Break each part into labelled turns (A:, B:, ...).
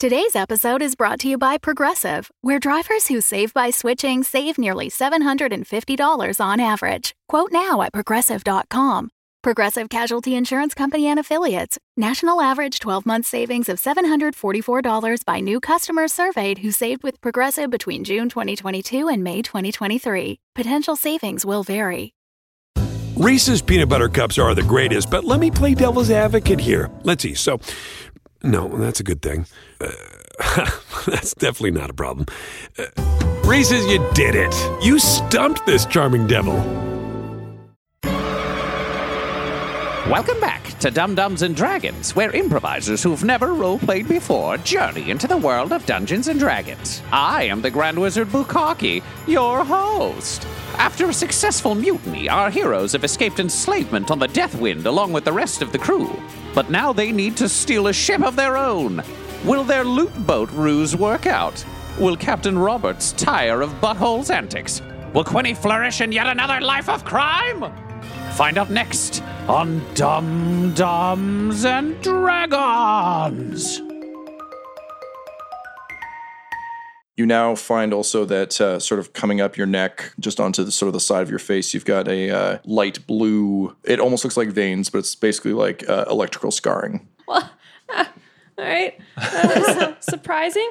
A: Today's episode is brought to you by Progressive, where drivers who save by switching save nearly $750 on average. Quote now at progressive.com. Progressive Casualty Insurance Company and Affiliates. National average 12 month savings of $744 by new customers surveyed who saved with Progressive between June 2022 and May 2023. Potential savings will vary.
B: Reese's peanut butter cups are the greatest, but let me play devil's advocate here. Let's see. So, no, that's a good thing. Uh, that's definitely not a problem. Uh, Reese's, you did it. You stumped this charming devil.
C: Welcome back to Dum Dums and Dragons, where improvisers who've never roleplayed before journey into the world of Dungeons and Dragons. I am the Grand Wizard Bukaki, your host. After a successful mutiny, our heroes have escaped enslavement on the Deathwind along with the rest of the crew. But now they need to steal a ship of their own. Will their loot boat ruse work out? Will Captain Roberts tire of Butthole's antics? Will Quinny flourish in yet another life of crime? Find out next on Dum Dums and Dragons.
D: You now find also that uh, sort of coming up your neck, just onto the sort of the side of your face, you've got a uh, light blue. It almost looks like veins, but it's basically like uh, electrical scarring.
E: Well, ah, all right. That was uh, surprising.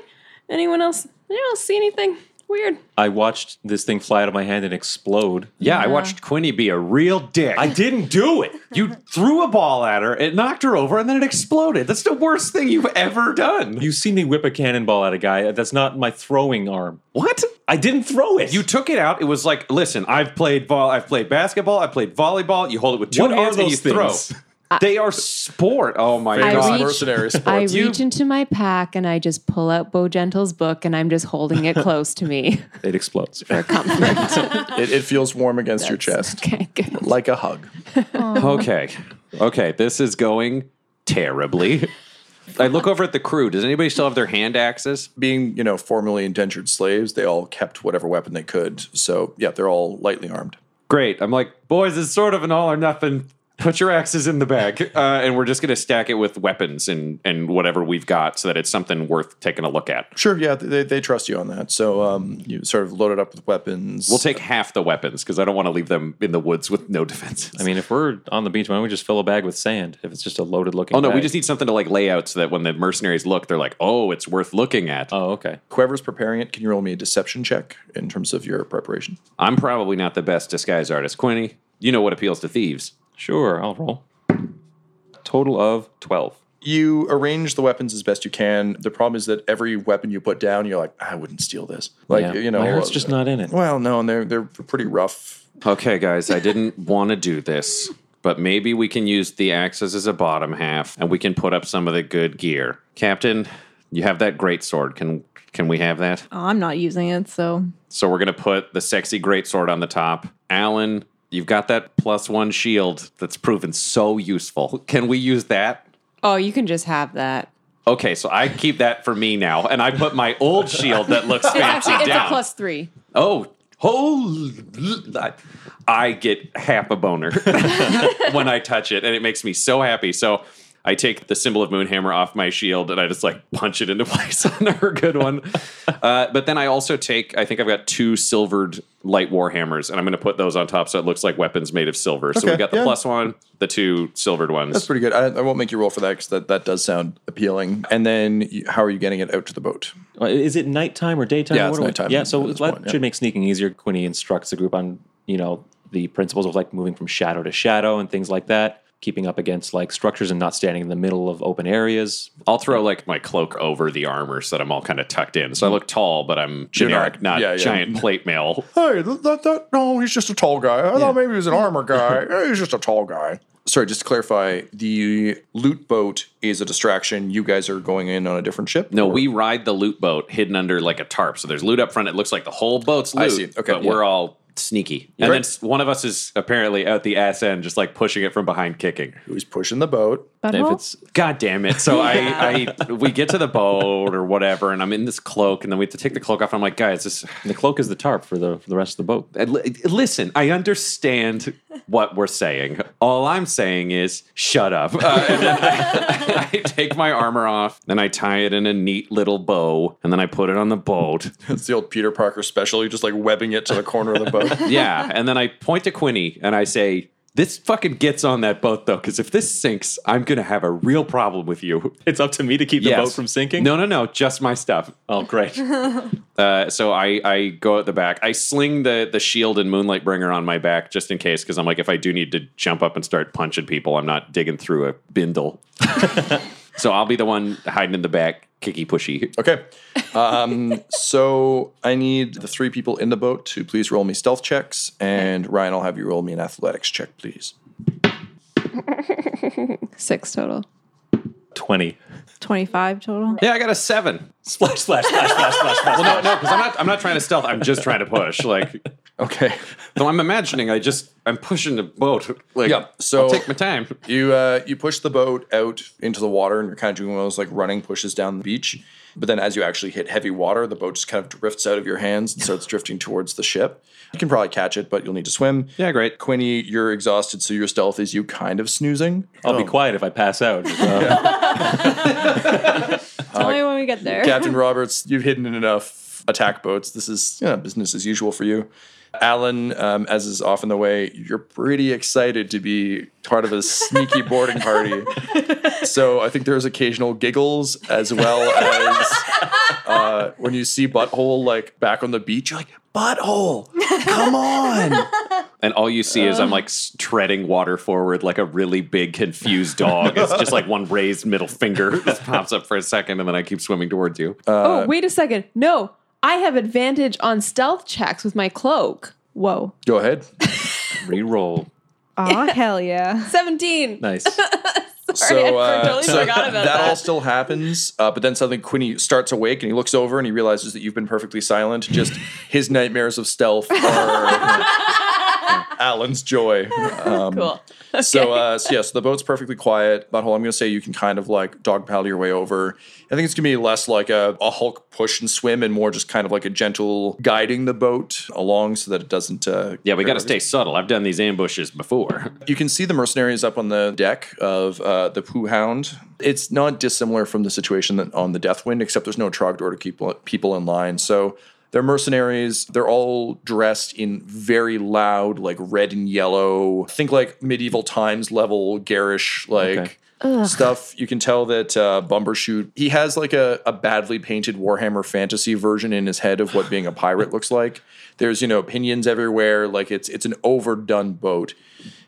E: Anyone else? Anyone else see anything weird?
F: I watched this thing fly out of my hand and explode.
G: Yeah, I watched Quinny be a real dick.
F: I didn't do it.
G: you threw a ball at her, it knocked her over, and then it exploded. That's the worst thing you've ever done.
F: You've seen me whip a cannonball at a guy. That's not my throwing arm.
G: what?
F: I didn't throw it.
G: You took it out. It was like, listen, I've played vol, I've played basketball, I've played volleyball. You hold it with two
F: What are
G: hands and you
F: those things?
G: throw. they are sport. Oh my
D: Famous
G: god.
E: reach-
D: mercenary
H: I
D: sports.
H: reach into my pack and I just pull out Bo Gentle's book and I'm just holding it close to me
F: it explodes.
H: for comfort.
D: it, it feels warm against your chest,
H: okay, good.
D: like a hug.
G: Okay. Okay. This is going terribly. I look over at the crew. Does anybody still have their hand axes?
D: Being you know formerly indentured slaves, they all kept whatever weapon they could. So yeah, they're all lightly armed.
G: Great. I'm like, boys, it's sort of an all or nothing. Put your axes in the bag. Uh, and we're just going to stack it with weapons and, and whatever we've got so that it's something worth taking a look at.
D: Sure, yeah, they, they trust you on that. So um, you sort of load it up with weapons.
G: We'll take half the weapons because I don't want to leave them in the woods with no defenses.
F: I mean, if we're on the beach, why don't we just fill a bag with sand if it's just a loaded looking
G: oh, no, we
F: bag?
G: just need something to like lay out so that when the mercenaries look, they're like, oh, it's worth looking at.
F: Oh, okay.
D: Whoever's preparing it, can you roll me a deception check in terms of your preparation?
G: I'm probably not the best disguise artist. Quinny, you know what appeals to thieves.
F: Sure, I'll roll. Total of 12.
D: You arrange the weapons as best you can. The problem is that every weapon you put down, you're like, I wouldn't steal this. Like
F: Yeah.
D: you know,
F: My heart's
D: uh,
F: just not in it.
D: Well, no, and they're they're pretty rough.
G: Okay, guys, I didn't want to do this, but maybe we can use the axes as a bottom half, and we can put up some of the good gear. Captain, you have that great sword. Can can we have that?
I: Oh, I'm not using it, so
G: So we're gonna put the sexy great sword on the top. Alan, you've got that plus one shield that's proven so useful. Can we use that?
H: Oh, you can just have that.
G: Okay, so I keep that for me now, and I put my old shield that looks
H: It's
G: fancy
H: actually it's
G: down.
H: a plus three.
G: Oh, holy! I- I get half a boner when I touch it, and it makes me so happy. So I take the symbol of Moonhammer off my shield, and I just like punch it into place on her. Good one. Uh, but then I also take. I think I've got two silvered light war hammers, and I'm going to put those on top, so it looks like weapons made of silver. so
D: Okay,
G: we've got the
D: yeah.
G: plus one, the two silvered ones.
D: That's pretty good. I, I won't make you roll for that because that, that does sound appealing. And then, you, how are you getting it out to the boat?
F: Uh, Is it nighttime or daytime?
D: Yeah,
F: What
D: it's
F: are we-
D: nighttime
F: Yeah,
D: at
F: so
D: this
F: that
D: point, yeah.
F: should make sneaking easier. Quinny instructs the group on, you know, the principles of like moving from shadow to shadow and things like that, keeping up against like structures and not standing in the middle of open areas.
G: I'll throw like my cloak over the armor so that I'm all kind of tucked in. So I look tall, but I'm generic, not,
D: Mm. yeah, yeah.
G: giant plate mail.
D: Hey, that, that, that- no, he's just a tall guy. I thought maybe he was an armor guy. Eh, he's just a tall guy. Sorry, just to clarify, the loot boat is a distraction. You guys are going in on a different ship.
G: No, we ride the loot boat hidden under like a tarp. So there's loot up front. It looks like the whole boat's loot.
D: I see. Okay,
G: But
D: yeah.
G: we're all sneaky. And then s- one of us is apparently out the ass end, just like pushing it from behind, kicking.
D: who's pushing the boat?
F: If
I: butthole.
F: it's
G: God damn it. So I, I, we get to the boat or whatever, and I'm in this cloak, and then we have to take the cloak off. And I'm like, guys, this,
F: the cloak is the tarp for the for the rest of the boat.
G: I li- listen, I understand what we're saying. All I'm saying is shut up. Uh, and then I, I take my armor off, then I tie it in a neat little bow, and then I put it on the boat.
D: It's the old Peter Parker special. You're just like webbing it to the corner of the boat.
G: Yeah, and then I point to Quinny and I say. This fucking gets on that boat though, because if this sinks, I'm gonna have a real problem with you.
I: It's up to me to keep the
G: Yes.
I: boat from sinking.
G: No, no, no, just my stuff.
I: Oh, great.
G: Uh, so I, I go at the back. I sling the the shield and moonlight bringer on my back just in case because I'm like if I do need to jump up and start punching people, I'm not digging through a bindle. so I'll be the one hiding in the back, kicky pushy.
D: Okay. Um, so I need the three people in the boat to please roll me stealth checks, and Ryan, I'll have you roll me an athletics check, please.
H: Six total.
I: 20.
G: Uh,
J: 25 total.
G: Yeah, I got a seven.
I: Splash, splash, splash, splash, splash, splash.
G: Well, no, no, because I'm not. I'm not trying to stealth. I'm just trying to push. Like,
D: Okay.
G: so I'm imagining. I just I'm pushing the boat. Like,
D: Yeah, so-
G: I'll take my time.
D: You uh, you push the boat out into the water, and you're kind of doing one of those like running pushes down the beach. But then, as you actually hit heavy water, the boat just kind of drifts out of your hands and starts drifting towards the ship. You can probably catch it, but you'll need to swim.
G: Yeah, great.
D: Quinny, you're exhausted, so your stealth is you kind of snoozing. Oh.
I: I'll be quiet if I pass out.
J: Tell me when we get there.
D: Captain Roberts, you've hidden in enough attack boats. This is yeah, business as usual for you. Alan, um, as is often the way, you're pretty excited to be part of a sneaky boarding party. So I think there's occasional giggles as well as uh, when you see Butthole like back on the beach, you're like, Butthole, come on.
G: and all you see is I'm like s- treading water forward like a really big confused dog. it's just like one raised middle finger that pops up for a second, and then I keep swimming towards you.
D: Uh,
H: oh, wait a second. No, I have advantage on stealth checks with my cloak. Whoa.
D: Go ahead.
F: Reroll.
J: Aw, hell yeah.
E: 17.
F: Nice.
E: Sorry, I
G: uh,
E: totally forgot about that.
D: uh, all still happens, uh, but then suddenly Quinny starts awake and he looks over and he realizes that you've been perfectly silent. Just his nightmares of stealth are Alan's joy. Um,
E: Cool.
D: So, uh, so yeah, so the boat's perfectly quiet. Butthole, I'm going to say you can kind of like dog paddle your way over. I think it's going to be less like a, a Hulk push and swim and more just kind of like a gentle guiding the boat along so that it doesn't. Uh,
G: Yeah, we got to stay subtle. I've done these ambushes before.
D: you can see the mercenaries up on the deck of uh, the Pooh Hound. It's not dissimilar from the situation that on the Deathwind, except there's no Trogdor to keep people in line. So they're mercenaries. They're all dressed in very loud, like red and yellow. Think like medieval times level garish, like. Stuff you can tell that uh, Bumbershoot he has like a, a badly painted Warhammer fantasy version in his head of what being a pirate looks like. There's you know pinions everywhere, like it's it's an overdone boat.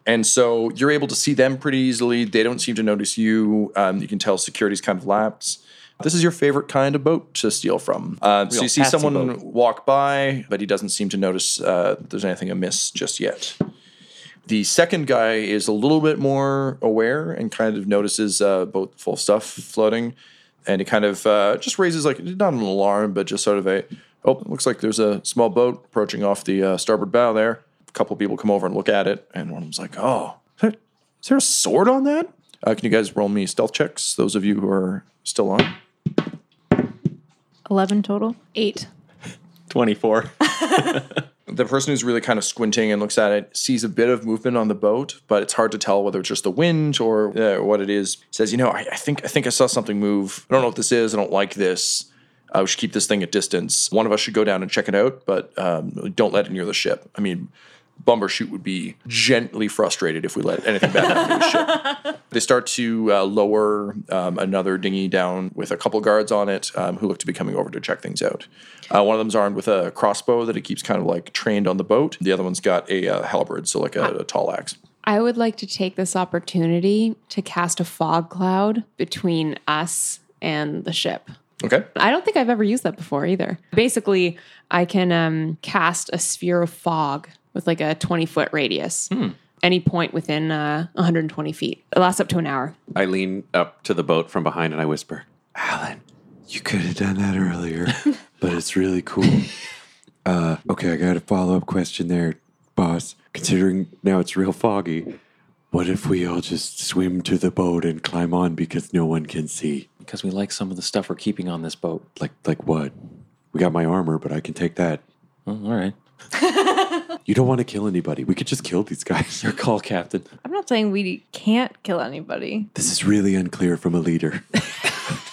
D: And so you're able to see them pretty easily. They don't seem to notice you. Um, you can tell security's kind of lapsed. This is your favorite kind of boat to steal from. Uh, so you see
F: patsy
D: someone
F: boat.
D: walk by, but he doesn't seem to notice uh, that there's anything amiss just yet. The second guy is a little bit more aware and kind of notices uh, boat full of stuff floating, and he kind of uh, just raises like not an alarm, but just sort of a oh, looks like there's a small boat approaching off the uh, starboard bow there. A couple people come over and look at it, and one of them's like, "Oh, is there- is there a sword on that?" Uh, can you guys roll me stealth checks? Those of you who are still on.
J: 11 total.
H: Eight.
I: 24.
D: the person who's really kind of squinting and looks at it sees a bit of movement on the boat, but it's hard to tell whether it's just the wind or uh, what it is. Says, you know, I, I think I think I saw something move. I don't know what this is. I don't like this. Uh, we should keep this thing at distance. One of us should go down and check it out, but um, don't let it near the ship. I mean, Bumbershoot would be gently frustrated if we let anything bad happen to the ship they start to uh, lower um, another dinghy down with a couple guards on it um, who look to be coming over to check things out. Uh, one of them's armed with a crossbow that he keeps kind of like trained on the boat. The other one's got a uh, halberd, so like a, a tall axe.
H: I would like to take this opportunity to cast a fog cloud between us and the ship.
D: Okay.
H: I don't think I've ever used that before either. Basically, I can um, cast a sphere of fog with like a 20 foot radius, any point within uh, 120 feet. It lasts up to an hour.
G: I lean up to the boat from behind and I whisper,
K: Alan, you could have done that earlier, but it's really cool. Uh, okay, I got a follow up question there, boss. Considering now it's real foggy, what if we all just swim to the boat and climb on because no one can see?
F: Because we like some of the stuff we're keeping on this boat.
K: Like, like what? We got my armor, but I can take that.
F: Oh, all right.
K: you don't want to kill anybody. We could just kill these guys. Your call, Captain.
J: I'm not saying we can't kill anybody.
K: This is really unclear from a leader.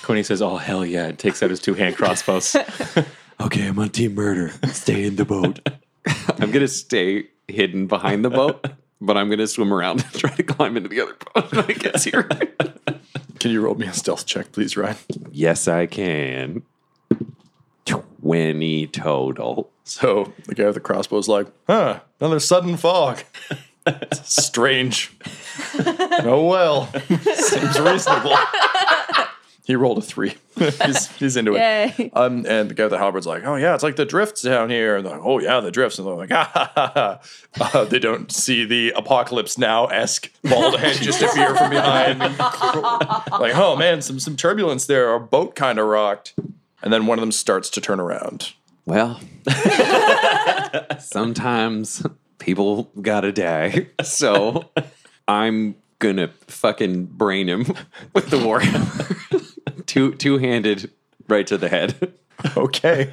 F: Quinny says, "Oh hell yeah!" and takes out his two hand crossbows.
K: okay, I'm on team murder. Stay in the boat.
G: I'm gonna stay hidden behind the boat, but I'm gonna swim around and try to climb into the other boat when it gets here.
D: Can you roll me a stealth check, please, Ryan?
G: yes, I can. Twenty
D: Oh.
G: total.
D: So the guy with the crossbow's like, huh, another sudden fog. Strange. oh well. Seems reasonable. he rolled a three. he's, he's into
J: Yay.
D: it. Um, and the guy with the halberd's like, oh yeah, it's like the drifts down here. And they're like, oh yeah, the drifts. And they're like, ah, ha, ha, ha. Uh, they don't see the apocalypse now esque bald head just appear from behind. like, oh man, some some turbulence there. Our boat kind of rocked. And then one of them starts to turn around.
G: Well, sometimes people gotta die. So I'm gonna fucking brain him with the warhammer. two two handed right to the head.
D: Okay.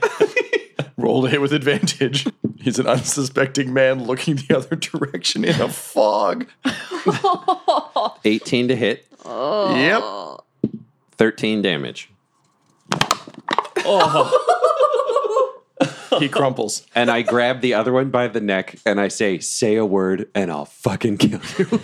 D: Roll to hit with advantage. He's an unsuspecting man looking the other direction in a fog.
G: 18 to hit,
D: Yep.
G: 13 damage.
H: Oh.
D: He crumples.
G: And I grab the other one by the neck and I say, say a word and I'll fucking kill you.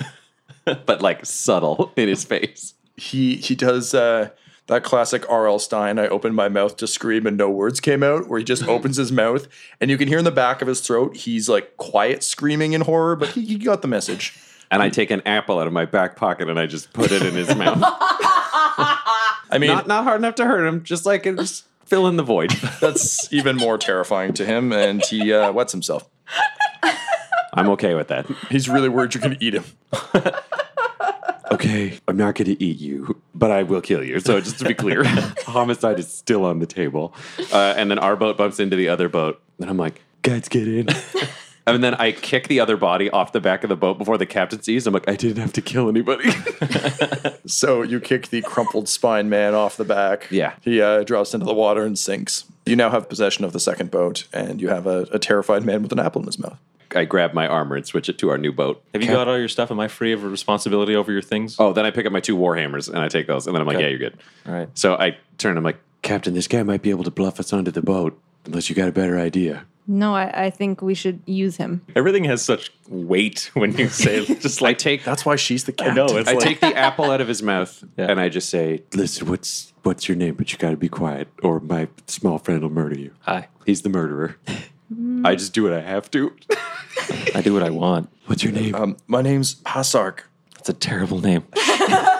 G: but like subtle in his face.
D: He he does uh, that classic R.L. Stein. I opened my mouth to scream and no words came out. Where he just
G: Mm-hmm.
D: opens his mouth and you can hear in the back of his throat he's like quiet screaming in horror, but he, he got the message.
G: And I take an apple out of my back pocket and I just put it in his mouth.
D: I mean,
G: not, not hard enough to hurt him, just like it just fill in the void.
D: that's even more terrifying to him, and he uh, wets himself.
G: I'm okay with that.
D: He's really worried you're going to eat him.
K: Okay, I'm not going to eat you, but I will kill you.
G: So just to be clear,
K: Homicide is still on the table.
G: uh, and then our boat bumps into the other boat, and I'm like,
K: Guys, get in.
G: and then I kick the other body off the back of the boat before the captain sees. I'm like, I didn't have to kill anybody.
D: So you kick the crumpled spine man off the back.
G: Yeah.
D: He uh, drops into the water and sinks. You now have possession of the second boat, and you have a, a terrified man with an apple in his mouth.
G: I grab my armor and switch it to our new boat.
F: Have you got all your stuff? Am I free of responsibility over your things?
G: Oh, then I pick up my two warhammers and I take those, and then I'm like, yeah, you're good.
F: All right.
G: So I turn. I'm like,
K: Captain, this guy might be able to bluff us onto the boat unless you got a better idea.
J: No, I, I think we should use him.
F: Everything has such weight when you say it. just
G: I
F: like
G: take
D: That's why she's the
F: I
D: captain.
F: know it's
G: I
F: like
G: take the apple out of his mouth
F: Yeah.
G: and I just say,
K: Listen, what's what's your name? But you got to be quiet, or my small friend will murder you.
F: hi.
K: He's the murderer.
G: I just do what I have to.
F: I do what I want.
K: What's your name?
D: Um, my name's Hasark.
F: That's a terrible name.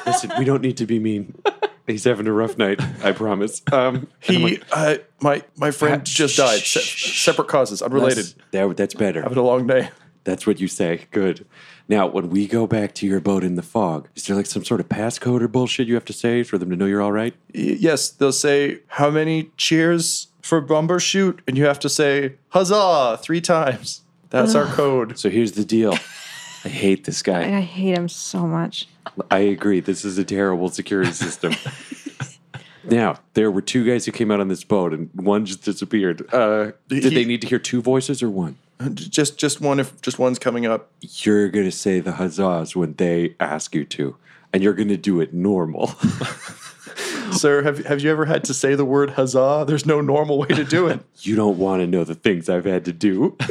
K: Listen, we don't need to be mean.
G: He's having a rough night, I promise. Um,
D: He, uh, my my
K: Ah,
D: friend just died. Se- separate causes, unrelated.
K: That, that's better.
D: Having a long day.
K: That's what you say. Good. Now, when we go back to your boat in the fog, is there like some sort of passcode or bullshit you have to say for them to know you're all right?
D: Y- yes, they'll say how many cheers for Bumber Shoot, and you have to say huzzah three times. That's our code.
K: So here's the deal.
F: I hate this
J: Like,
F: guy.
J: I hate him so much.
K: I agree. This is a terrible security system. now, there were two guys who came out on this boat, and one just disappeared. Uh, did
D: He- Uh,
K: they need to hear two voices or one?
D: Just just one if just one's coming up.
K: You're going to say the huzzas when they ask you to, and you're going to do it normal.
D: Sir, have have you ever had to say the word huzzah? There's no normal way to do it.
K: you don't want to know the things I've had to do.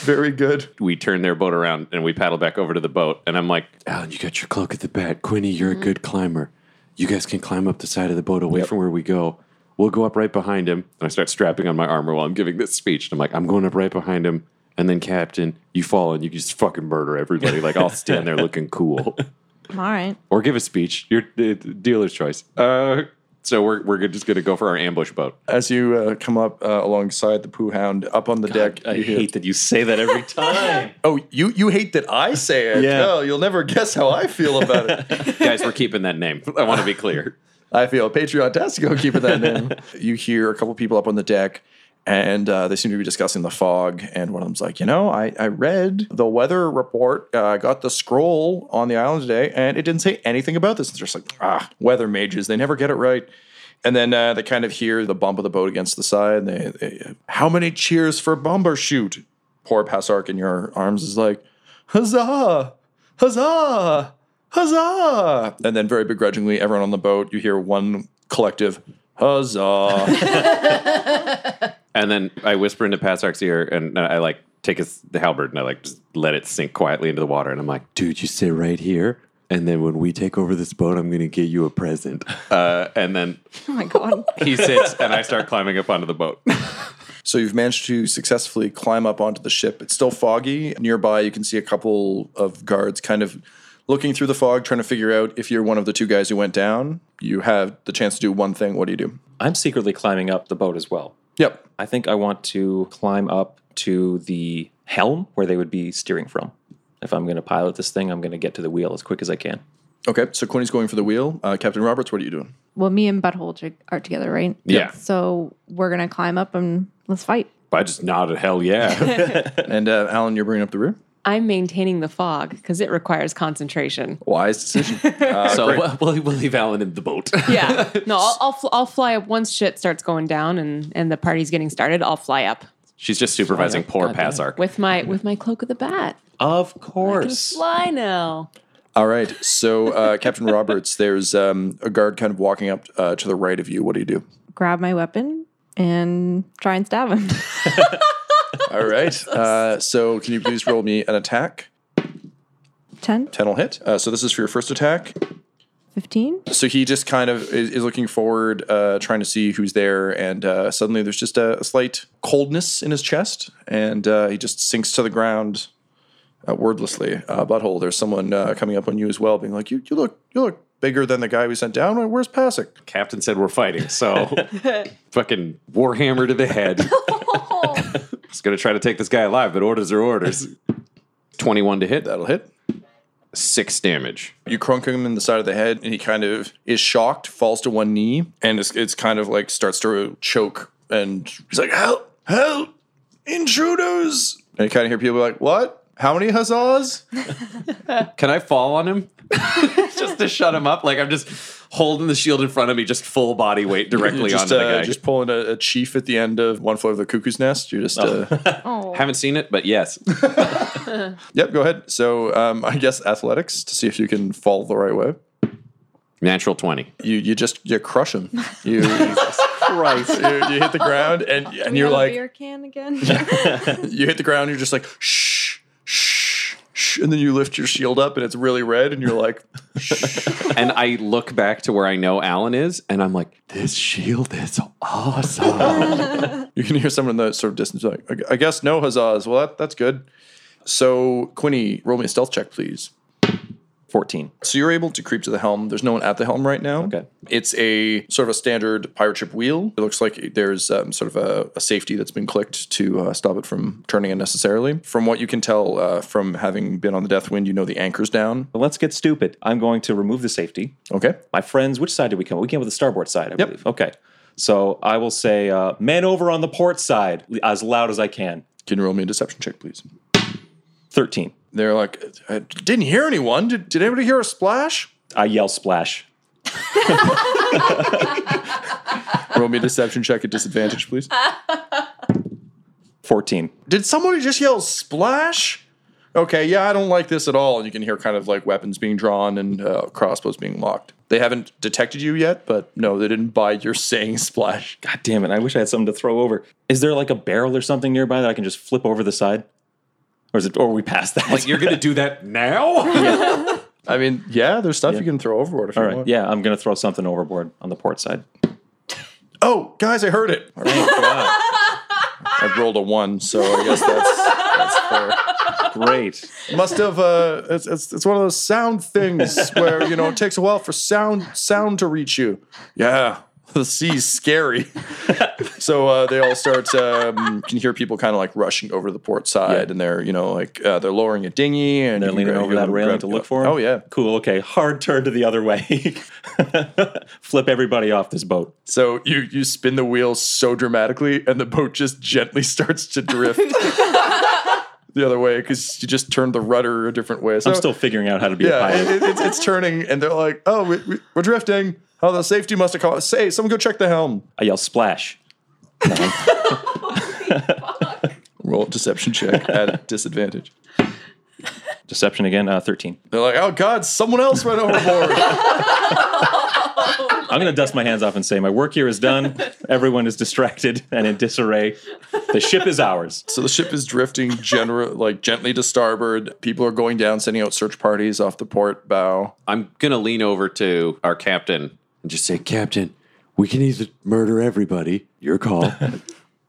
D: Very good.
G: we turn their boat around and we paddle back over to the boat. And I'm like,
K: Alan, you got your cloak at the back. Quinny, you're a good climber. You guys can climb up the side of the boat away from where we go. We'll go up right behind him.
G: and I start strapping on my armor while I'm giving this speech. And I'm like,
K: I'm going up right behind him. And then, Captain, you fall and you just fucking murder everybody. Like, I'll stand there looking cool.
J: All right.
K: Or give a speech. Your uh, dealer's choice.
G: uh, so we're, we're just going to go for our ambush boat.
D: As you uh, come up uh, alongside the poo hound up on the deck,
F: I
D: you hear-
F: hate that you say that every time.
D: Oh, you you hate that I say it?
F: Yeah.
D: No, you'll never guess how Oh, I feel about it.
G: Guys, we're keeping that name. I want to be clear.
D: I feel Patreon Tastico keeping that name. you hear a couple people up on the deck. And uh, they seem to be discussing the fog. And one of them's like, You know, I, I read the weather report. Uh, I got the scroll on the island today, and it didn't say anything about this. It's just like, Ah, weather mages, they never get it right. And then uh, they kind of hear the bump of the boat against the side. And they, they, how many cheers for Bomber Shoot? Poor Passark in your arms is like, huzzah, huzzah, huzzah. And then very begrudgingly, everyone on the boat, you hear one collective, huzzah.
G: Uh. And then I whisper into Pasark's ear, and uh, I like take his the halberd, and I like just let it sink quietly into the water. And I'm like,
K: Dude, you sit right here. And then when we take over this boat, I'm going to get you a present.
G: uh, and then
J: Oh my god.
G: he sits, and I start climbing up onto the boat.
D: So you've managed to successfully climb up onto the ship. It's still foggy. Nearby, you can see a couple of guards kind of looking through the fog, trying to figure out if you're one of the two guys who went down. You have the chance to do one thing. What do you do?
F: I'm secretly climbing up the boat as well.
D: Yep.
F: I think I want to climb up to the helm where they would be steering from. If I'm going to pilot this thing, I'm going to get to the wheel as quick as I can.
D: Okay. So Quinny's going for the wheel. Uh, Captain Roberts, what are you doing?
J: Well, me and Butthole to- are together, right?
G: Yeah.
J: So we're gonna climb up and let's fight.
G: I just nodded, hell yeah.
D: And uh, Alan, you're bringing up the rear.
H: I'm maintaining the fog because it requires concentration.
D: Wise decision.
G: so we'll, we'll, we'll leave Alan in the boat.
H: Yeah. No, I'll, I'll, fl- I'll fly up once shit starts going down and, and the party's getting started. I'll fly up
G: She's just supervising poor
F: Goddamn.
G: Pasark.
H: with my with my cloak of the bat.
F: Of
H: I can
F: course.
H: fly now.
D: All right. So uh, Captain Roberts, there's um, a guard kind of walking up uh, to the right of you. What do you do?
J: Grab my weapon and try and stab him.
D: All right. Uh, so can you please roll me an attack?
J: Ten,
D: 10 will hit. Uh, so this is for your first attack.
J: fifteen.
D: So he just kind of is, is looking forward, uh, trying to see who's there, and uh, suddenly there's just a, a slight coldness in his chest, and uh, he just sinks to the ground, uh, wordlessly. Uh, butthole, there's someone uh, coming up on you as well, being like, "You, you look, you look bigger than the guy we sent down. Where's Pasek?"
G: Captain said we're fighting, so fucking warhammer to the head. Just gonna try to take this guy alive, but orders are orders. Twenty-one to hit,
D: That'll hit.
G: six damage.
D: You crunk him in the side of the head, and he kind of is shocked, falls to one knee, and it's, it's kind of like starts to choke, and he's like, "Help! Help! Intruders!" And you kind of hear people like, "What? How many huzzas?"
G: Can I fall on him just to shut him up? Like I'm just holding the shield in front of me, just full body weight directly
D: You're just,
G: onto
D: uh,
G: the guy.
D: Just pulling a, a chief at the end of One Floor of the Cuckoo's Nest. You're just, uh,
J: Oh.
G: Haven't seen it, but yes.
D: yep, go ahead. So um, I guess athletics to see if you can fall the right way.
G: Natural twenty.
D: You you just you crush him. You, Christ. You, you hit the ground and and you're like
J: beer can again.
D: you hit the ground. You're just like shh shh shh, and then you lift your shield up and it's really red and you're like
G: And I look back to where I know Alan is, and I'm like,
K: This shield is awesome.
D: you can hear someone in the sort of distance like I- I guess no huzzas. Well that, that's good. So Quinny, roll me a stealth check, please.
F: 14.
D: So you're able to creep to the helm. There's no one at the helm right now.
F: Okay.
D: It's a sort of a standard pirate ship wheel. It looks like there's um, sort of a, a safety that's been clicked to uh, stop it from turning unnecessarily. From what you can tell uh, from having been on the Deathwind, you know the anchor's down.
F: But let's get stupid. I'm going to remove the safety.
D: Okay.
F: My friends, which side did we come? We came with the starboard side, I believe. Okay. So I will say, uh, man over on the port side as loud as I can.
D: Can you roll me a deception check, please?
F: 13.
D: They're like, uh, I didn't hear anyone. Did, did anybody hear a splash?
F: I yell splash.
D: roll me a deception check at disadvantage, please.
F: 14.
D: Did somebody just yell splash? Okay, yeah, I don't like this at all. And you can hear kind of like weapons being drawn and uh, crossbows being locked. They haven't detected you yet, but no, they didn't buy your saying splash.
F: God damn it. I wish I had something to throw over. Is there like a barrel or something nearby that I can just flip over the side? Or is it, or are we past that?
G: like you're gonna do that now?
D: I mean, yeah, there's stuff you can throw overboard if
F: All
D: you
F: right.
D: want.
F: Yeah, I'm going to throw something overboard on the port side.
D: Oh, guys, I heard it. All right. I rolled a one, so I guess that's,
F: Great.
D: that's fair. Must have. Uh, it's, it's it's one of those sound things where you know it takes a while for sound sound to reach you. Yeah, the sea's scary. so uh, they all start. Um, you can hear people kind of like rushing over to the port side, and they're you know like uh, they're lowering a dinghy and
F: They're
D: you
F: leaning
D: grab-
F: over
D: you
F: that
D: grab-
F: railing to look for him.
D: Oh yeah.
F: Cool. Okay. Hard turn to the other way. Flip everybody off this boat.
D: So you you spin the wheel so dramatically, and the boat just gently starts to drift the other way because you just turned the rudder a different way. So,
F: I'm still figuring out how to be a
D: yeah,
F: pilot.
D: it, it- it's, it's turning, and they're like, "Oh, we, we, we're drifting." How the safety must have called. Say, someone go check the helm.
F: I yell splash.
D: Roll a deception check at a disadvantage.
F: Deception again, uh, 13.
D: They're like, oh God, someone else ran overboard.
F: I'm going to dust my hands off and say, my work here is done. Everyone is distracted and in disarray. The ship is ours.
D: So the ship is drifting general, like gently to starboard. People are going down, sending out search parties off the port bow.
G: I'm gonna lean over to our captain and just say,
K: Captain, we can either murder everybody, your call,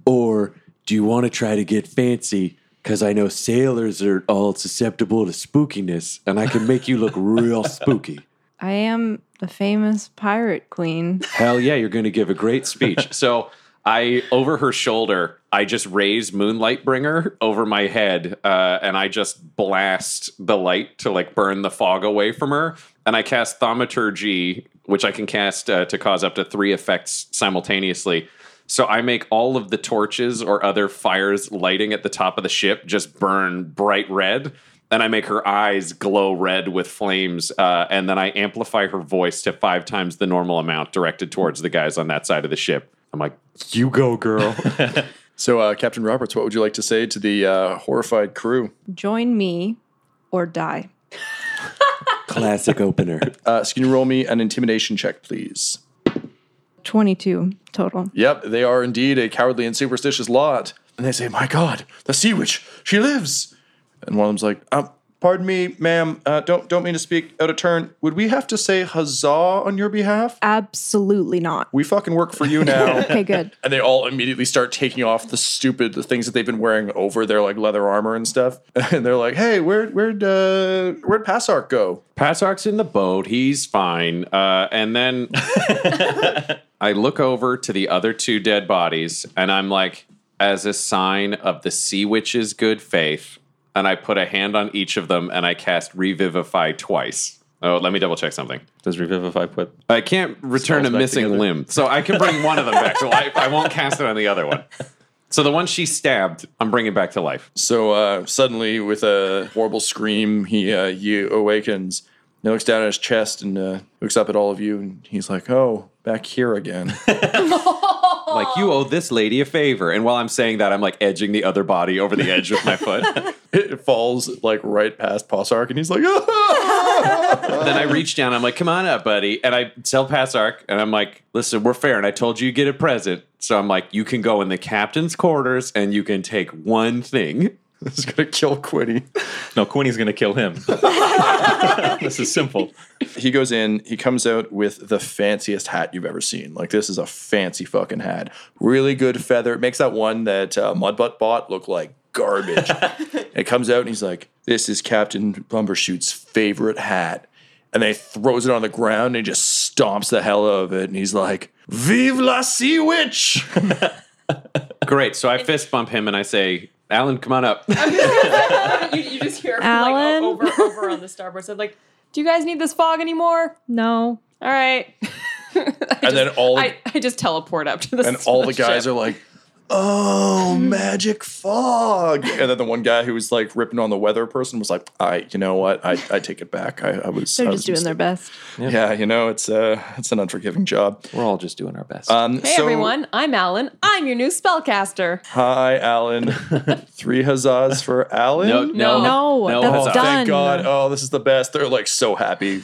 K: or do you want to try to get fancy? Because I know sailors are all susceptible to spookiness, and I can make you look real spooky.
J: I am the famous pirate queen.
K: Hell yeah, you're going to give a great speech.
G: So I, over her shoulder, I just raise Moonlight Bringer over my head uh, and I just blast the light to like burn the fog away from her. And I cast Thaumaturgy, which I can cast uh, to cause up to three effects simultaneously. So I make all of the torches or other fires lighting at the top of the ship just burn bright red. And I make her eyes glow red with flames. Uh, and then I amplify her voice to five times the normal amount directed towards the guys on that side of the ship. I'm like,
K: You go, girl.
D: So uh, Captain Roberts, what would you like to say to the uh, horrified crew?
J: Join me or die.
K: Classic opener.
D: Uh, so can you roll me an intimidation check, please?
J: 22 total.
D: Yep, they are indeed a cowardly and superstitious lot. And they say, My God, the sea witch, she lives. And one of them's like, um, Pardon me, ma'am, uh, don't, don't mean to speak out of turn. Would we have to say huzzah on your behalf?
J: Absolutely not.
D: We fucking work for you now.
J: Okay, good.
D: and they all immediately start taking off the stupid the things that they've been wearing over their like leather armor and stuff. And they're like, "Hey, where'd where'd uh, where'd Passark go?"
G: Passark's in the boat. He's fine. Uh, and then I look over to the other two dead bodies and I'm like, as a sign of the sea witch's good faith. And I put a hand on each of them and I cast Revivify twice. Oh, let me double check something.
F: Does Revivify put.
G: I can't return
F: Spells
G: a
F: back
G: missing
F: together.
G: limb, so I can bring one of them back to life. I won't cast it on the other one. So the one she stabbed, I'm bringing back to life.
D: So uh, suddenly, with a horrible scream, he uh, he awakens. He looks down at his chest and uh, looks up at all of you, and he's like, "Oh, back here again."
G: Like you owe this lady a favor, and while I'm saying that, I'm like edging the other body over the edge with my foot.
D: it falls like right past Passark, and he's like, "Ah!"
G: then I reach down. I'm like, come on up, buddy. And I tell Passark, and I'm like, listen, we're fair. And I told you you get a present. So I'm like, you can go in the captain's quarters and you can take one thing.
D: "It's gonna kill Quiddy."
F: No, Quinny's going to kill him. this is simple.
D: He goes in, he comes out with the fanciest hat you've ever seen. Like, this is a fancy fucking hat. Really good feather. It makes that one that uh, Mudbutt bought look like garbage. and it comes out, and he's like, This is Captain Bumbershoot's favorite hat. And then he throws it on the ground and he just stomps the hell out of it. And he's like, Vive la Sea Witch!
G: Great. So I fist bump him and I say, Alan, come on up.
E: you, you just hear
J: Alan?
E: like o- over over on the starboard side, like, do you guys need this fog anymore?
J: No.
E: All right.
D: and then all of,
H: I, I just teleport up to the
D: and all the guys are like, "Oh, magic fog!" And then the one guy who was like ripping on the weather person was like, "I, you know what? I, I take it back. I, I was, I
J: They're just
D: was
J: doing their best.
D: mistaken." Yeah, you know, it's uh it's an unforgiving job.
F: We're all just doing our best.
D: Um,
H: Hey
D: so-
H: everyone, I'm Alan. I'm your new spellcaster.
D: Hi, Alan. Three huzzas for Alan.
J: No, that's done.
D: Oh, thank God. Oh, this is the best. They're like so happy.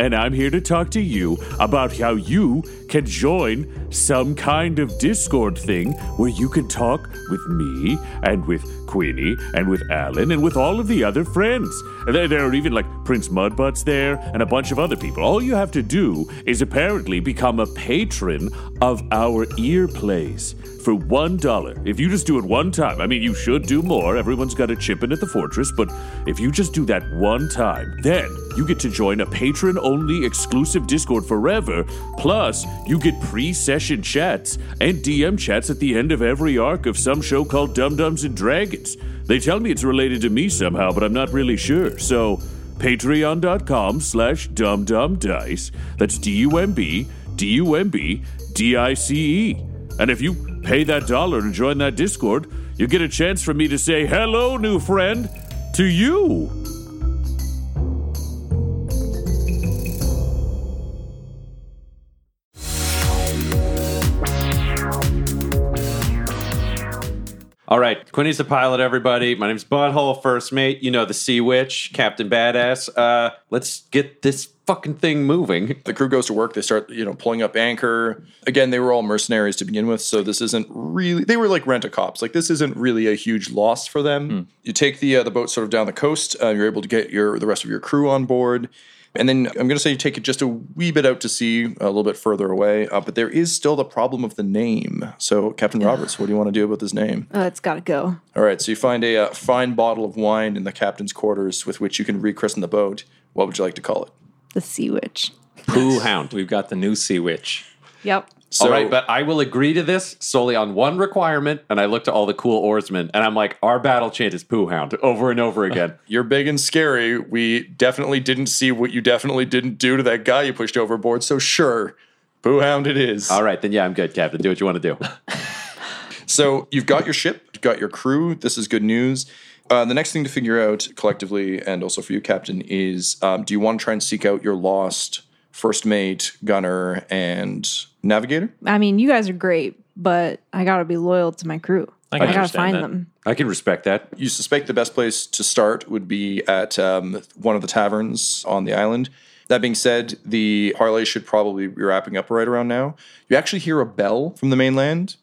L: and I'm here to talk to you about how you can join some kind of Discord thing where you can talk with me and with Queenie and with Alan and with all of the other friends. There, there are even like Prince Mudbutt's there and a bunch of other people. All you have to do is apparently become a patron of our ear plays for one dollar. If you just do it one time, I mean, you should do more. Everyone's got a chip in at the fortress, but if you just do that one time, then you get to join a patron only exclusive Discord forever. Plus, you get pre session chats and DM chats at the end of every arc of some show called Dum Dums and Dragons. They tell me it's related to me somehow, but I'm not really sure. So, patreon.com slash dumdumdice. That's D U M B D U M B D I C E. And if you pay that dollar to join that Discord, you get a chance for me to say hello, new friend, to you.
G: All right, Quinny's the pilot, everybody. My name's Butthole, first mate. You know the Sea Witch, Captain Badass. Uh, let's get this fucking thing moving.
D: The crew goes to work. They start, you know, pulling up anchor. Again, they were all mercenaries to begin with, so this isn't really. They were like rent a cops. Like this isn't really a huge loss for them.
G: Hmm.
D: You take the uh, the boat sort of down the coast. Uh, you're able to get your the rest of your crew on board, and then I'm going to say you take it just a wee bit out to sea, a little bit further away. Uh, but there is still the problem of the name. So Captain Roberts, what do you want to do about this name?
J: Oh, it's got to go.
D: All right, so you find a uh, fine bottle of wine in the captain's quarters with which you can rechristen the boat. What would you like to call it?
J: The sea witch.
G: Pooh Hound.
F: We've got the new Sea Witch.
J: Yep.
G: all right, but I will agree to this solely on one requirement. And I look to all the cool oarsmen, and I'm like, our battle chant is Pooh Hound over and over again.
D: You're big and scary. We definitely didn't see what you definitely didn't do to that guy you pushed overboard. So sure, Boo Hound it is.
G: All right, then yeah, I'm good, Captain. Do what you want to do.
D: So you've got your ship, you've got your crew. This is good news. Uh, the next thing to figure out collectively, and also for you, Captain, is um, do you want to try and seek out your lost first mate, gunner, and navigator?
J: I mean, you guys are great, but I got to be loyal to my crew. I, got to find them.
G: I can respect that.
D: You suspect the best place to start would be at um, one of the taverns on the island. That being said, the parlay should probably be wrapping up right around now. You actually hear a bell from the mainland,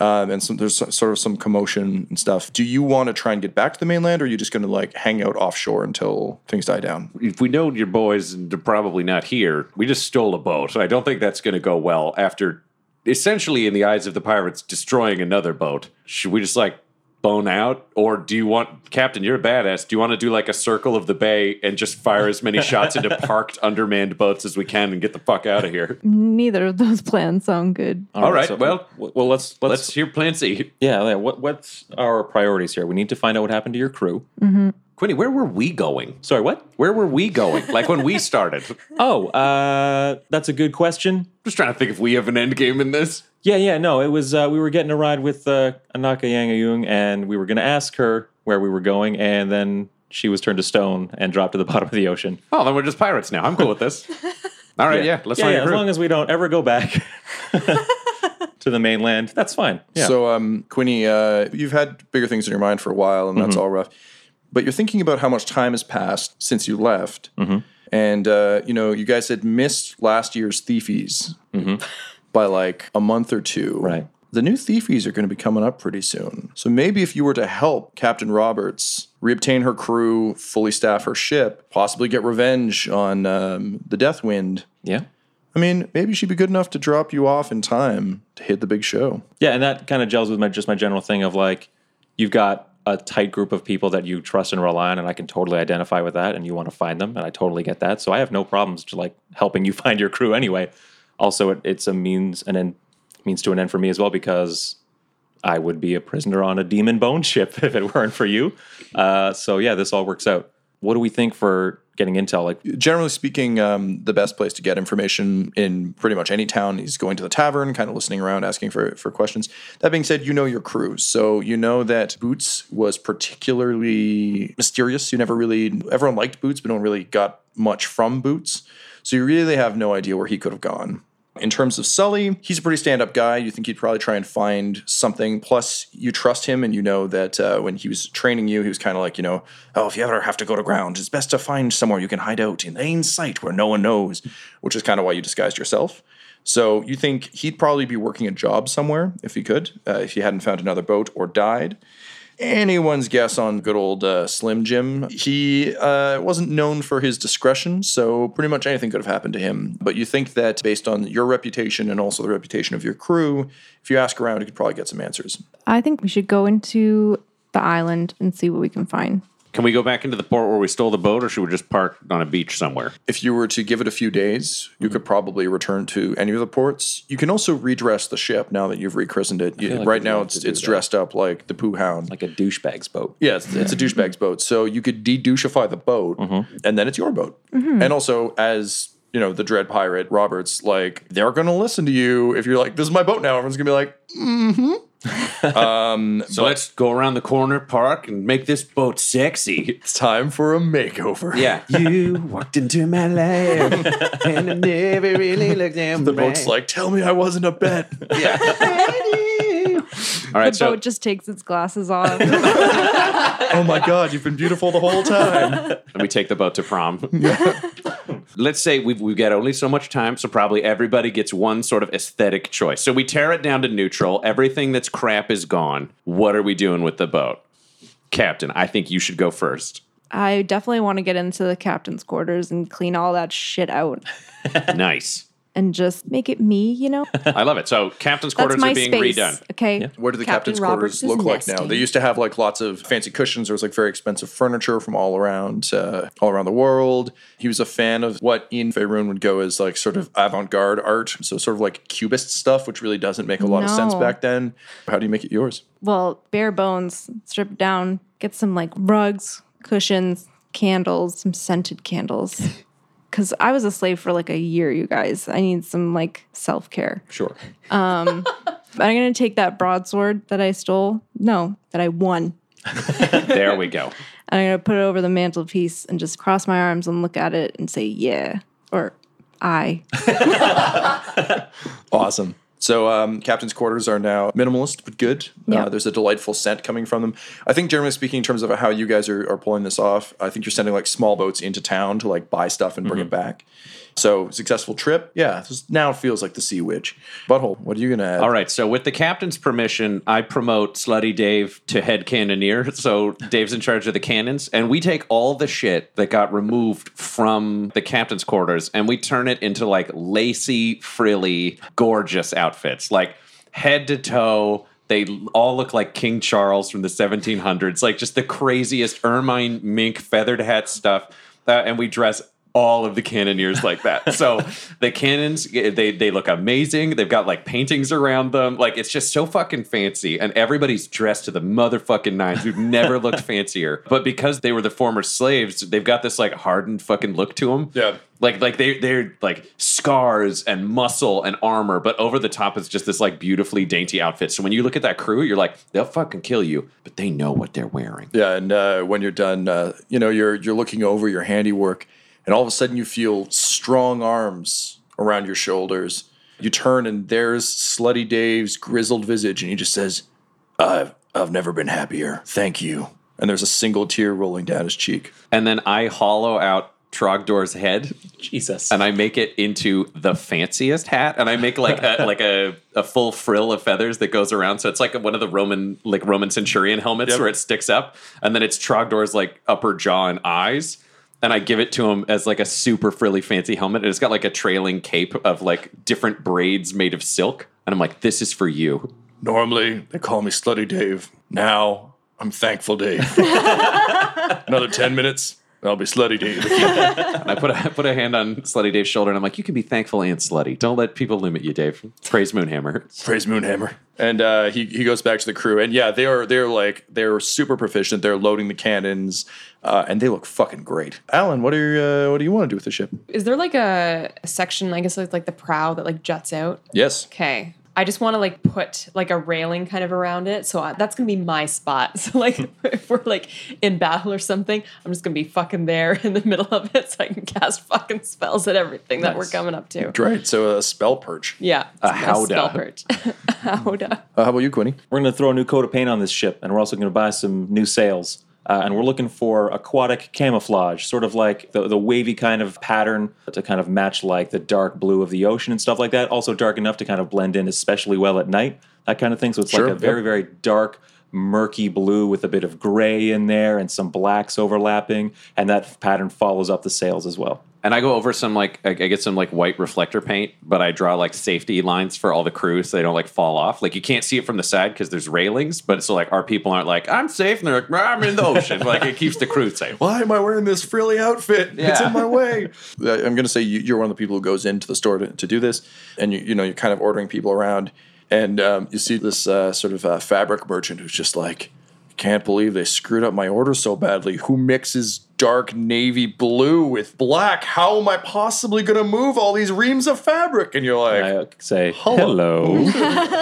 D: um, and some, there's so- sort of some commotion and stuff. Do you want to try and get back to the mainland, or are you just going to like hang out offshore until things die down?
G: If we know your boys, they're probably not here. We just stole a boat. I don't think that's going to go well after essentially, in the eyes of the pirates, destroying another boat. Should we just like bone out? Or do you want, Captain, you're a badass. Do you want to do like a circle of the bay and just fire as many shots into parked, undermanned boats as we can and get the fuck out of here?
J: Neither of those plans sound good.
G: All right, well,
F: well, let's let's,
G: Let's hear Plan C.
F: yeah. yeah, What what's our priorities here? We need to find out what happened to your crew.
J: Mm-hmm.
G: Quinny, where were we going?
F: Sorry, what?
G: Where were we going? Like when we started?
F: Oh, uh, that's a good question.
G: Just trying to think if we have an end game in this.
F: Yeah, yeah, no, it was. Uh, we were getting a ride with uh, Anaka Yangayung, and we were going to ask her where we were going, and then she was turned to stone and dropped to the bottom of the ocean.
G: Oh, then we're just pirates now. I'm cool with this. All right, yeah, let's find a
F: as
G: crew.
F: long as we don't ever go back to the mainland, that's fine. Yeah.
D: So, um, Quinny, uh, you've had bigger things in your mind for a while, and
F: Mm-hmm.
D: that's all rough. But you're thinking about how much time has passed since you left,
G: Mm-hmm.
D: and uh, you know you guys had missed last year's thiefies by like a month or two.
F: Right.
D: The new thiefies are going to be coming up pretty soon. So maybe if you were to help Captain Roberts reobtain her crew, fully staff her ship, possibly get revenge on um, the Deathwind.
F: yeah.
D: I mean, maybe she'd be good enough to drop you off in time to hit the big show.
F: Yeah, and that kind of gels with my just my general thing of like you've got a tight group of people that you trust and rely on, and I can totally identify with that, and you want to find them, and I totally get that. So I have no problems to like helping you find your crew anyway. Also, it, it's a means an end means to an end for me as well because I would be a prisoner on a demon bone ship if it weren't for you. Uh, so yeah, this all works out. What do we think for getting intel? Like
D: generally speaking, um, the best place to get information in pretty much any town is going to the tavern, kind of listening around, asking for, for questions. That being said, you know your crews. So you know that Boots was particularly mysterious. You never really, everyone liked Boots, but no one really got much from Boots. So you really have no idea where he could have gone. In terms of Sully, he's a pretty stand up guy. You think he'd probably try and find something. Plus, you trust him and you know that uh, when he was training you, he was kind of like, you know, oh, if you ever have to go to ground, it's best to find somewhere you can hide out in plain sight where no one knows, which is kind of why you disguised yourself. So you think he'd probably be working a job somewhere if he could, uh, if he hadn't found another boat or died anyone's guess on good old uh, Slim Jim. He uh, wasn't known for his discretion, so pretty much anything could have happened to him. But you think that based on your reputation and also the reputation of your crew, if you ask around, you could probably get some answers.
J: I think we should go into the island and see what we can find.
G: Can we go back into the port where we stole the boat, or should we just park on a beach somewhere? Mm-hmm.
D: If you were to give it a few days, you could probably return to any of the ports. You can also redress the ship now that you've rechristened it. You-
F: feel like
D: right
F: we'd
D: now,
F: have to
D: it's
F: do
D: it's
F: that.
D: dressed up like the Pooh Hound.
F: Like a douchebag's boat.
D: Yeah, it's, it's a douchebag's boat. So you could de-doucheify the boat,
G: Mm-hmm.
D: and then it's your boat.
F: Mhm.
D: And also, as you know, the Dread Pirate Roberts, like they're going to listen to you if you're like, "This is my boat now." Everyone's going to be like,
M: Mm-hmm.
D: um,
G: so let's go around the corner, park, and make this boat sexy.
D: It's time for a makeover.
G: Yeah.
M: You walked into my life and I never really looked down.
D: The boat's like, "Tell me I wasn't a bet."
G: All right,
J: the
G: so-
J: boat just takes its glasses off.
D: oh my god, you've been beautiful the whole time.
G: and we take the boat to prom. Let's say we've, we've got only so much time, so probably everybody gets one sort of aesthetic choice. So we tear it down to neutral. Everything that's crap is gone. What are we doing with the boat? Captain, I think you should go first.
J: I definitely want to get into the captain's quarters and clean all that shit out
G: nice.
J: and just make it me, you know?
G: I love it. So captain's quarters
J: That's my
G: are being
J: space,
G: redone.
J: okay?
D: Where do the
J: Captain
D: captain's
J: Roberts
D: quarters look
J: is
D: like now?
J: nesting.
D: They used to have like lots of fancy cushions. There was like very expensive furniture from all around, uh, all around the world. He was a fan of what Ian Faerun would go as like sort of avant-garde art, so sort of like cubist stuff, which really doesn't make a lot of sense
J: No.
D: back then. How do you make it yours?
J: Well, bare bones, stripped down, get some like rugs, cushions, candles, some scented candles. Cause I was a slave for like a year, you guys. I need some like self care.
D: Sure.
J: Um, but I'm gonna take that broadsword that I stole, no, that I won,
G: there we go.
J: and I'm gonna put it over the mantelpiece and just cross my arms and look at it and say, yeah, or I.
D: Awesome. So, um, captain's quarters are now minimalist but good.
J: Yeah.
D: Uh, there's a delightful scent coming from them. I think, generally speaking, in terms of how you guys are, are pulling this off, I think you're sending like small boats into town to like buy stuff and bring it back. So, successful trip. Yeah, this now feels like the Sea Witch. Butthole, what are you gonna add?
G: All right, so with the captain's permission, I promote Slutty Dave to head cannoneer. So Dave's in charge of the cannons, and we take all the shit that got removed from the captain's quarters and we turn it into like lacy, frilly, gorgeous outfits, like head to toe. They all look like King Charles from the 1700s, like just the craziest ermine mink feathered hat stuff. Uh, and we dress all of the cannoneers like that. So the cannons, they they look amazing. They've got like paintings around them. Like it's just so fucking fancy, and everybody's dressed to the motherfucking nines. We've never looked fancier. But because they were the former slaves, they've got this like hardened fucking look to them. Yeah. Like like they they're like scars and muscle and armor, but over the top is just this like beautifully dainty outfit. So when you look at that crew, you're like, they'll fucking kill you, but they know what they're wearing.
D: Yeah, and uh, when you're done, uh, you know you're you're looking over your handiwork, and all of a sudden you feel strong arms around your shoulders. You turn, and there's Slutty Dave's grizzled visage, and he just says, "I've I've never been happier. Thank you." And there's a single tear rolling down his cheek.
G: And then I hollow out Trogdor's head. Jesus. And I make it into the fanciest hat. And I make like a like a, a full frill of feathers that goes around. So it's like one of the Roman like Roman centurion helmets
F: Yep.
G: where it sticks up. And then it's Trogdor's like upper jaw and eyes. And I give it to him as like a super frilly fancy helmet. And it's got like a trailing cape of like different braids made of silk. And I'm like, this is for you.
D: Normally they call me Slutty Dave. Now I'm thankful Dave. Another ten minutes, and I'll be Slutty Dave.
G: And I put a, I put a hand on Slutty Dave's shoulder and I'm like, you can be thankful and slutty. Don't let people limit you, Dave. Praise Moonhammer.
D: Praise Moonhammer. And uh, he he goes back to the crew, and yeah, they are they're like they're super proficient. They're loading the cannons, uh, and they look fucking great. Alan, what are uh, what do you want to do with the ship?
H: Is there like a, a section? I guess it's like the prow that like juts out.
D: Yes.
H: Okay. I just want to like put like a railing kind of around it. So I, that's going to be my spot. So like if we're like in battle or something, I'm just going to be fucking there in the middle of it so I can cast fucking spells at everything that we're coming up to.
D: Great. So a spell perch.
H: Yeah.
F: A
H: it's
F: howdah.
H: spell perch. howdah.
D: Uh, how about you, Quinny?
F: We're going to throw a new coat of paint on this ship, and we're also going to buy some new sails. Uh, and we're looking for aquatic camouflage, sort of like the, the wavy kind of pattern to kind of match like the dark blue of the ocean and stuff like that. Also dark enough to kind of blend in especially well at night, that kind of thing. So it's
D: Sure,
F: like a very,
D: yep.
F: very dark, murky blue with a bit of gray in there and some blacks overlapping. And that pattern follows up the sails as well.
G: And I go over some like I I get some like white reflector paint, but I draw like safety lines for all the crew so they don't like fall off. Like you can't see it from the side because there's railings, but so like our people aren't like I'm safe, and they're like "Rah, I'm in the ocean. like it keeps the crew safe.
D: Why am I wearing this frilly outfit? It's
G: Yeah.
D: in my way. I- I'm going to say you, you're one of the people who goes into the store to, to do this, and you, you know you're kind of ordering people around, and um, you see this uh, sort of uh, fabric merchant who's just like, can't believe they screwed up my order so badly. Who mixes dark navy blue with black? How am I possibly going to move all these reams of fabric? And you're like,
I: say
D: hello.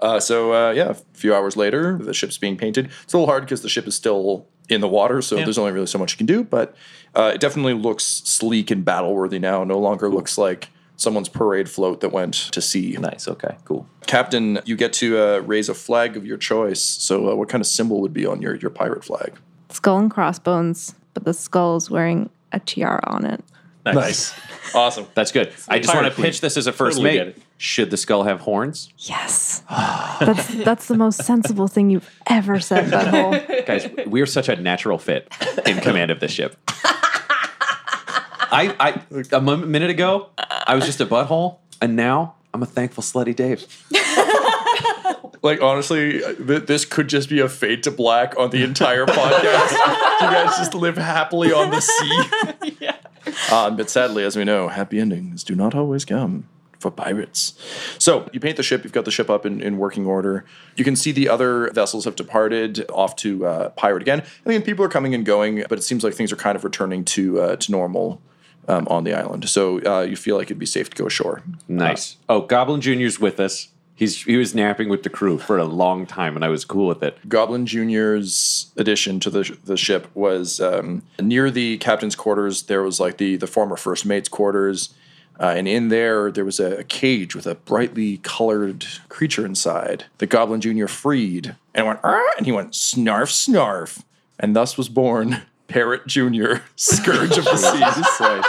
D: Uh, so uh, yeah, a few hours later, the ship's being painted. It's a little hard because the ship is still in the water, so
I: Yeah.
D: there's only really so much you can do. But uh, it definitely looks sleek and battle worthy now. It No longer looks like someone's parade float that went to sea.
I: Nice. Okay. Cool.
D: Captain, you get to uh, raise a flag of your choice. So uh, what kind of symbol would be on your your pirate flag?
J: Skull and crossbones, but the skull's wearing a tiara on it.
G: Nice. Awesome. That's good. I just
J: Pirate
G: want to
J: queen.
G: pitch this as a first
J: Totally get
G: mate. Should the skull have horns?
J: Yes. that's that's the most sensible thing you've ever said, Butthole.
G: Guys, we're such a natural fit in command of this ship. I, I a mo- minute ago, I was just a butthole, and now I'm a thankful slutty Dave.
D: Like honestly, uh, th- this could just be a fade to black on the entire podcast. you guys just live happily on the sea. Um, but sadly, as we know, happy endings do not always come for pirates. So you paint the ship. You've got the ship up in, in working order. You can see the other vessels have departed off to uh, pirate again. I mean, people are coming and going, but it seems like things are kind of returning to uh, to normal um, on the island. So uh, you feel like it'd be safe to go ashore.
G: Nice. oh, Goblin Junior's with us. He's he was napping with the crew for a long time, and I was cool with it.
D: Goblin Junior's addition to the the ship was um, near the captain's quarters. There was like the the former first mate's quarters, uh, and in there there was a, a cage with a brightly colored creature inside. The Goblin Junior freed and went, "Arr!" and he went snarf snarf, and thus was born Parrot Junior, Scourge of the
L: é,
D: Seas.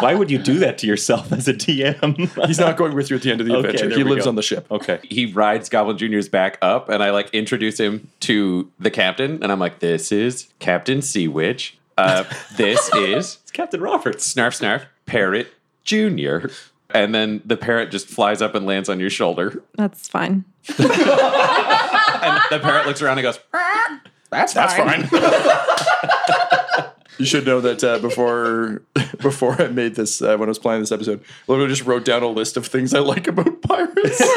I: Why would you do that to yourself as a DM?
D: He's not going with you at the end of the
I: Okay,
D: adventure.
I: there
D: He
I: we
D: lives
I: go.
D: on the ship.
I: Okay.
G: He rides Goblin Junior's back up, and I like introduce him to the captain, and I'm like, "This is Captain Sea Witch. Uh, this is
I: it's Captain Roberts.
G: Snarf, snarf, Parrot Junior." And then the parrot just flies up and lands on your shoulder.
J: That's fine.
G: And the parrot looks around and goes,
D: That's
G: fine.
D: You should know that uh, before before I made this, uh, when I was planning this episode, I literally just wrote down a list of things I like about pirates.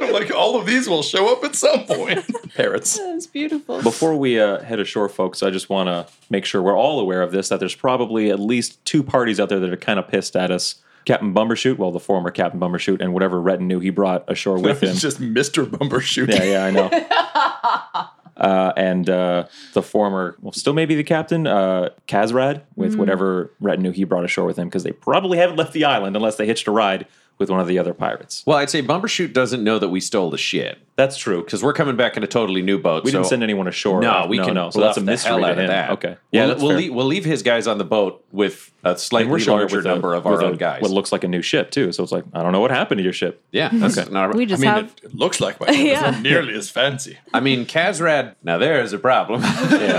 D: I'm like all of these will show up at some point. Parrots.
E: That's beautiful.
I: Before we uh, head ashore, folks, I just want to make sure we're all aware of this that there's probably at least two parties out there that are kind of pissed at us. Captain Bumbershoot, well, the former Captain Bumbershoot, and whatever retinue he brought ashore with him.
D: It's just Mr. Bumbershoot.
I: Yeah, yeah, I know. Uh, and uh, the former, well, still maybe the captain, uh, Kazrad, with
F: Mm.
I: whatever retinue he brought ashore with him, because they probably haven't left the island unless they hitched a ride with one of the other pirates.
G: Well, I'd say Bumbershoot doesn't know that we stole the ship.
I: That's true
G: because we're coming back in a totally new boat.
I: We didn't
G: so-
I: send anyone ashore.
G: No, we
I: No,
G: can.
I: no, so
G: bluff
I: that's a
G: the
I: mystery
G: hell
I: to
G: out of
I: him.
G: that.
I: Okay. Yeah,
G: Yeah,
I: that's
G: we'll,
I: fair.
G: leave, we'll leave his guys on the boat with a
I: And we're
G: slightly
I: showing up
G: larger
I: with a-
G: number of
I: with
G: our
I: a-
G: own guys.
I: What looks like a new ship too. So it's like I don't know what happened to your ship.
G: Yeah, that's not- We just I mean, have-
D: it looks like
J: my ship. It's not Yeah.
D: nearly as fancy.
G: I mean, Kazrad. Now there is a problem.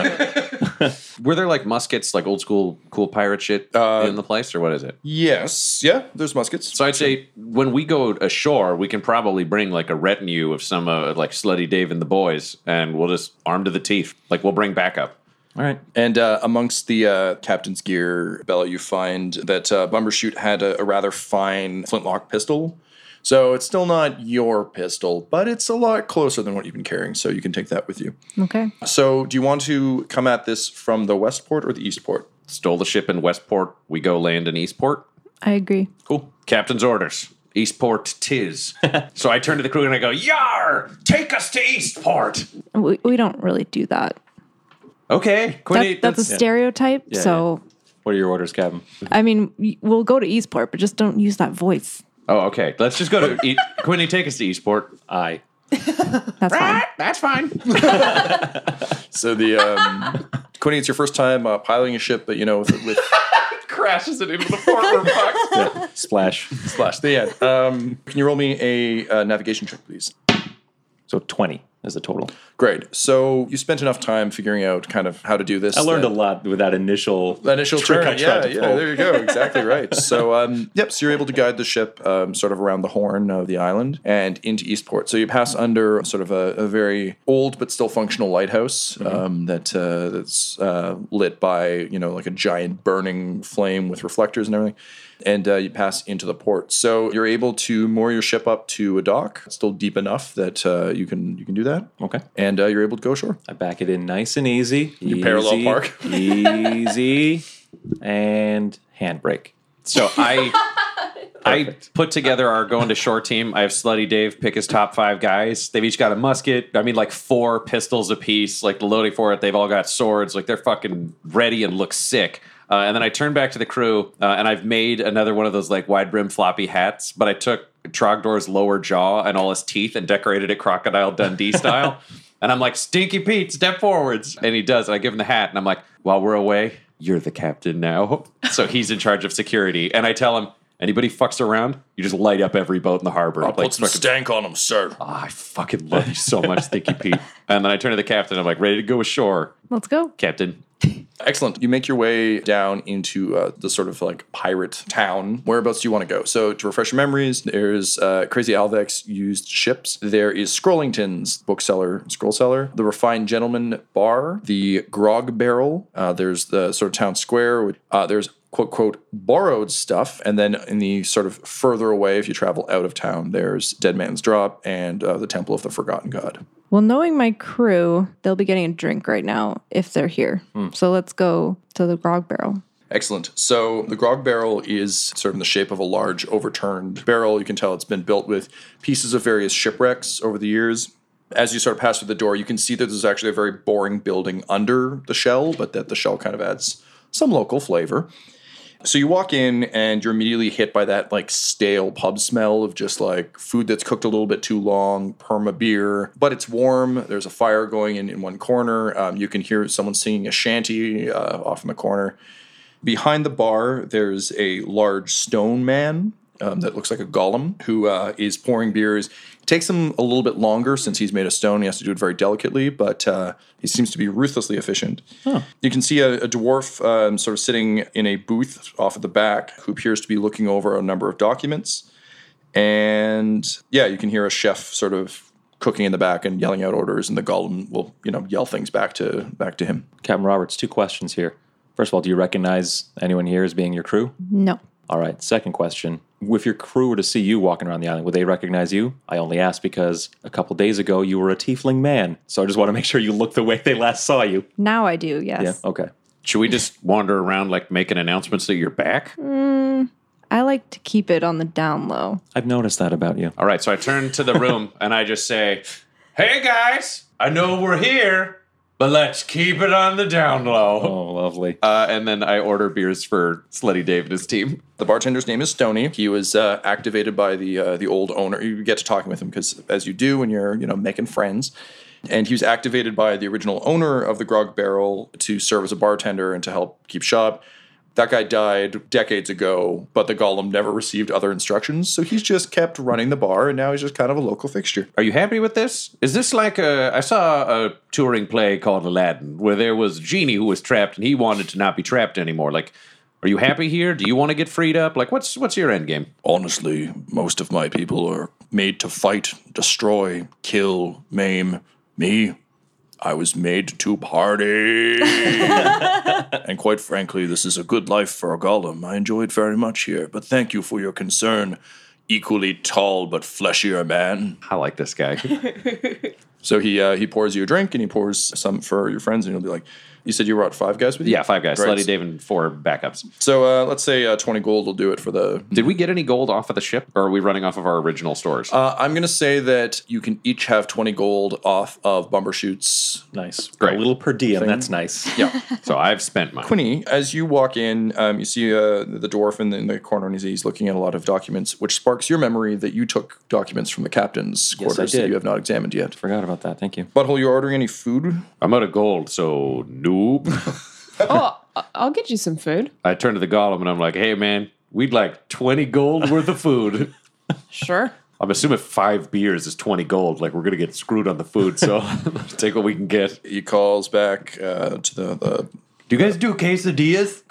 G: Were there like muskets, like old school cool pirate shit in the place, or what is it?
D: Uh, Yes. Yeah. There's muskets.
G: So I'd say when we go ashore, we can probably bring like a retinue of some uh, like Slutty Dave and the boys, and we'll just arm to the teeth. Like we'll bring backup.
I: All right.
D: And uh, amongst the uh, captain's gear, Bella, you find that uh, Bumbershoot had a, a rather fine flintlock pistol. So it's still not your pistol, but it's a lot closer than what you've been carrying. So you can take that with you.
J: Okay.
D: So do you want to come at this from the west port or the east port?
G: Stole the ship in Westport. We go land in Eastport.
J: I agree.
G: Cool. Captain's orders. Eastport tis. so I turn to the crew and I go, Yar! Take us to Eastport!
J: We, we don't really do that.
G: Okay.
J: That, that's a stereotype.
I: Yeah,
J: so,
I: What are your orders, Captain?
J: I mean, y- we'll go to Eastport, but just don't use that voice.
G: Oh, okay. Let's just go to e- Quinny, take us to Eastport.
I: Aye.
J: That's fine.
G: That's fine.
D: So the um, Quinny, it's your first time uh, piloting a ship, but you know with, with
G: Crashes it into the forward box.
I: Splash.
D: splash the end. Um, can you roll me a uh, navigation check, please?
I: So twenty is the total.
D: Great. So you spent enough time figuring out kind of how to do this.
F: I learned
D: that-
F: a lot with that initial
D: that initial
F: trick
D: turn.
F: I tried
D: Yeah,
F: to
D: yeah,
F: pull.
D: there you go. Exactly right. So, um, yep. So you're able to guide the ship um, sort of around the horn of the island and into Eastport. So you pass under sort of a, a very old but still functional lighthouse
F: Mm-hmm.
D: um, that uh, that's uh, lit by you know like a giant burning flame with reflectors and everything. And uh, you pass into the port, so you're able to moor your ship up to a dock. It's still deep enough that uh, you can you can do that.
F: Okay.
D: and uh, you're able to go ashore.
F: I back it in nice and easy.
D: You parallel
F: Easy,
D: park.
F: easy, and handbrake.
G: So I I put together our going to shore team. I have Slutty Dave pick his top five guys. They've each got a musket. I mean, like four pistols apiece, like loading for it. They've all got swords. Like they're fucking ready and look sick. Uh, and then I turn back to the crew, uh, and I've made another one of those like wide brim floppy hats. But I took Trogdor's lower jaw and all his teeth and decorated it crocodile Dundee style. and I'm like, Stinky Pete, step forwards, and he does. And I give him the hat, and I'm like, while we're away, you're the captain now. So he's in charge of security. And I tell him, anybody fucks around, you just light up every boat in the harbor.
D: I'll
G: Like,
D: put some
G: fucking-
D: stank on them, sir.
F: Ah,
G: I fucking love you so much, Stinky Pete. And then I turn to the captain. I'm like, ready to go ashore,
J: Let's go.
G: Captain.
D: Excellent. You make your way down into uh, the sort of like pirate town. Whereabouts do you want to go? So, to refresh your memories, there's uh, Crazy Alvex used ships. There is Scrollington's bookseller, scroll seller, the Refined Gentleman Bar, the Grog Barrel. Uh, there's the sort of town square. with- Uh, there's quote quote borrowed stuff and then in the sort of further away if you travel out of town there's dead man's drop and uh, the temple of the forgotten god
J: Well, knowing my crew, they'll be getting a drink right now if they're here. So let's go to the grog barrel.
D: Excellent. So the grog barrel is sort of in the shape of a large overturned barrel. You can tell it's been built with pieces of various shipwrecks over the years. As you sort of pass through the door, you can see that there's actually a very boring building under the shell, but that the shell kind of adds some local flavor. So you walk in and you're immediately hit by that like stale pub smell of just like food that's cooked a little bit too long, perma beer, but it's warm. There's a fire going in in one corner. Um, you can hear someone singing a shanty uh, off in the corner. Behind the bar, there's a large stone man um, that looks like a golem who uh, is pouring beers. It takes him a little bit longer since he's made of stone. He has to do it very delicately, but uh, he seems to be ruthlessly efficient. You can see a, a dwarf um, sort of sitting in a booth off at the back who appears to be looking over a number of documents. And yeah, you can hear a chef sort of cooking in the back and yelling out orders, and the golem will, you know, yell things back to back to him.
F: Captain Roberts, two questions here. First of all, do you recognize anyone here as being your crew?
J: No.
F: All right. Second question. If your crew were to see you walking around the island, would they recognize you? I only ask because a couple days ago you were a tiefling man. So I just want to make sure you look the way they last saw you.
J: Now I do, yes.
F: Okay.
G: Should we just wander around, like making announcements that you're back?
J: Mm, I like to keep it on the down low.
F: I've noticed that about you.
G: All right. So I turn to the room and I just say, hey guys, I know we're here, but let's keep it on the down low.
F: Oh, lovely.
G: Uh, and then I order beers for Slutty Dave and his team.
D: The bartender's name is Stony. He was uh, activated by the uh, the old owner. You get to talking with him because, as you do when you're you know making friends, and he was activated by the original owner of the Grog Barrel to serve as a bartender and to help keep shop. That guy died decades ago, but the Golem never received other instructions, so he's just kept running the bar, and now he's just kind of a local fixture.
G: Are you happy with this? Is this like a? I saw a touring play called Aladdin, where there was a genie who was trapped, and he wanted to not be trapped anymore. Like, are you happy here? Do you want to get freed up? Like, what's what's your end game?
D: Honestly, most of my people are made to fight, destroy, kill, maim. Me, I was made to party. and quite frankly, this is a good life for a golem. I enjoy it very much here, but thank you for your concern. Equally tall but fleshier man.
G: I like this guy.
D: so he uh, he pours you a drink and he pours some for your friends, and you'll be like, "You said you were at five guys with you?
G: Yeah, five guys.
D: Great.
G: Slutty Dave and four backups.
D: So uh, let's say uh, twenty gold will do it for the
G: Did we get any gold off of the ship, or are we running off of our original stores?
D: Uh, I'm going to say that you can each have 20 gold off of bumper shoots.
F: Nice.
G: Great.
F: A little per diem.
D: Thing.
F: That's nice.
D: Yeah.
G: so I've spent mine.
D: Quinny, as you walk in, um, you see uh, the dwarf in the, in the corner, and he's, he's looking at a lot of documents, which sparks your memory that you took documents from the captain's
F: Yes, I
D: quarters that
F: did.
D: you have not examined yet.
F: Forgot about that. Thank you.
D: Butthole, you ordering any food?
G: I'm out of gold, so noob.
H: oh, I- I'll get you some food.
G: I turn to the golem and I'm like, hey man, we'd like twenty gold worth of food.
H: Sure.
G: I'm assuming five beers is 20 gold. Like, we're going to get screwed on the food. So let's take what we can get.
D: He calls back uh, to the, the.
N: Do you guys do quesadillas?